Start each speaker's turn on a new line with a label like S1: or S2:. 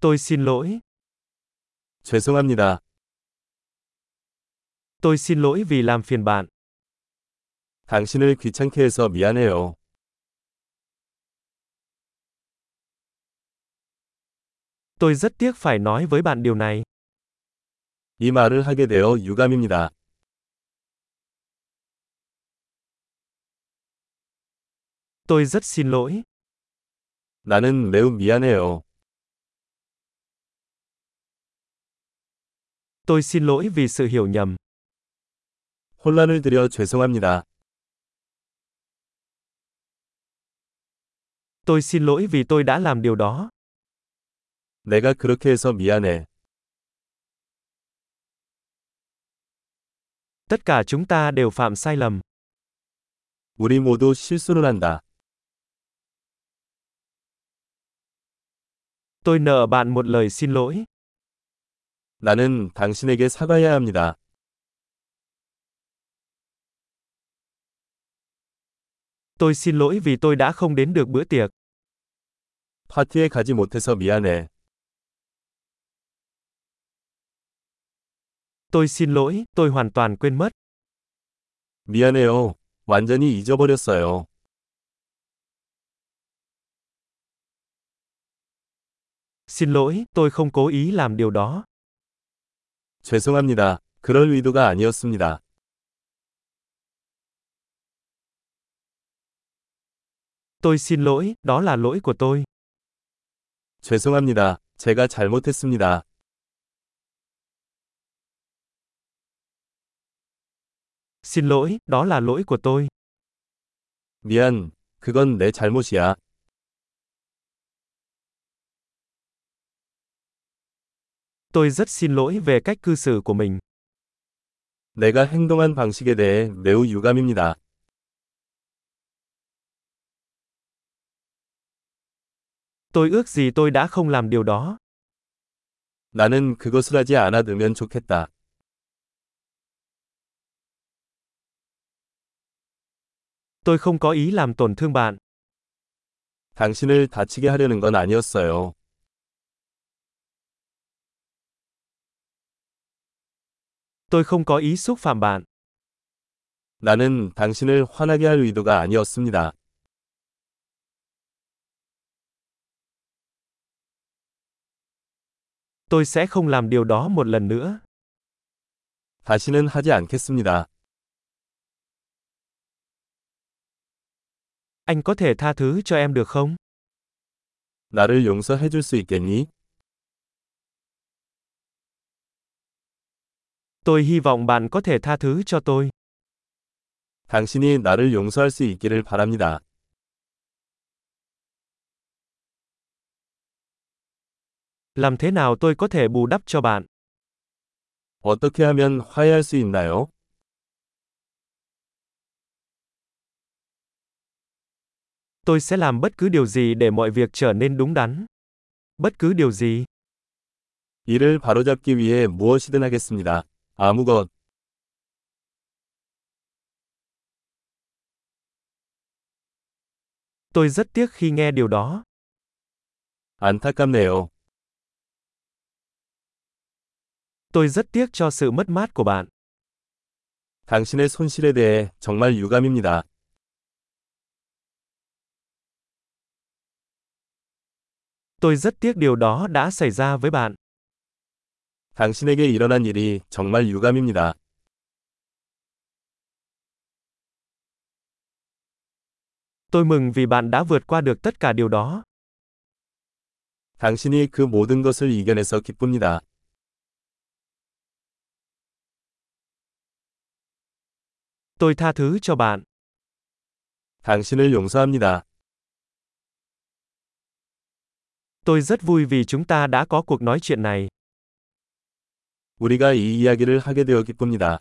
S1: Tôi xin lỗi.
S2: 죄송합니다.
S1: Tôi xin lỗi vì làm phiền bạn.
S2: 당신을 귀찮게 해서 미안해요.
S1: Tôi rất tiếc phải nói với bạn điều này.
S2: 이 말을 하게 되어 유감입니다.
S1: Tôi rất xin lỗi.
S2: 나는 매우 미안해요.
S1: Tôi xin lỗi vì sự hiểu nhầm.
S2: 혼란을 드려 죄송합니다.
S1: Tôi xin lỗi vì tôi đã làm điều đó.
S2: 내가 그렇게 해서 미안해.
S1: Tất cả chúng ta đều phạm sai lầm.
S2: 우리 모두 실수를 한다.
S1: Tôi nợ bạn một lời xin lỗi.
S2: 나는 당신에게 사과해야 합니다.
S1: Tôi xin lỗi vì tôi đã không đến được bữa tiệc.
S2: 파티에 가지 못해서 미안해.
S1: Tôi xin lỗi, tôi hoàn toàn quên mất.
S2: 미안해요. 완전히 잊어버렸어요.
S1: Xin lỗi, tôi không cố ý làm điều đó.
S2: 죄송합니다. 그럴 의도가 아니었습니다.
S1: Tôi xin lỗi, đó là lỗi của tôi.
S2: 죄송합니다. 제가 잘못했습니다.
S1: Xin lỗi, đó là lỗi của tôi.
S2: 미안. 그건 내 잘못이야.
S1: Tôi rất xin lỗi về cách cư xử của mình.
S2: 내가 행동한 방식에 대해 매우 유감입니다.
S1: Tôi ước gì tôi đã không làm điều đó.
S2: 나는 그것을 하지 않아두면 좋겠다.
S1: Tôi không có ý làm tổn thương bạn.
S2: 당신을 다치게 하려는 건 아니었어요.
S1: Tôi không có ý xúc phạm bạn.
S2: 나는 당신을 화나게 할 의도가 아니었습니다.
S1: Tôi sẽ không làm điều đó một lần nữa.
S2: 다시는 하지 않겠습니다.
S1: Anh có thể tha thứ cho em được không?
S2: 나를 용서해 줄 수 있겠니?
S1: Tôi hy vọng bạn có thể tha thứ cho tôi.
S2: 당신이 나를 용서할 수 있기를 바랍니다.
S1: Làm thế nào tôi có thể bù đắp cho bạn?
S2: 어떻게 하면 화해할 수 있나요?
S1: Tôi sẽ làm bất cứ điều gì để mọi việc trở nên đúng đắn. Bất cứ điều gì.
S2: 이를 바로잡기 위해 무엇이든 하겠습니다. 아무것.
S1: Tôi rất tiếc khi nghe điều đó.
S2: 안타깝네요.
S1: Tôi rất tiếc cho sự mất mát của bạn.
S2: 당신의 손실에 대해 정말 유감입니다.
S1: Tôi rất tiếc điều đó đã xảy ra với bạn.
S2: 당신에게 일어난 일이 정말 유감입니다.
S1: Tôi mừng vì bạn đã vượt qua được tất cả điều đó.
S2: 당신이 그 모든 것을 이겨내서 기쁩니다.
S1: Tôi tha thứ cho bạn.
S2: 당신을 용서합니다.
S1: Tôi rất vui vì chúng ta đã có cuộc nói chuyện này.
S2: 우리가 이 이야기를 하게 되어 기쁩니다.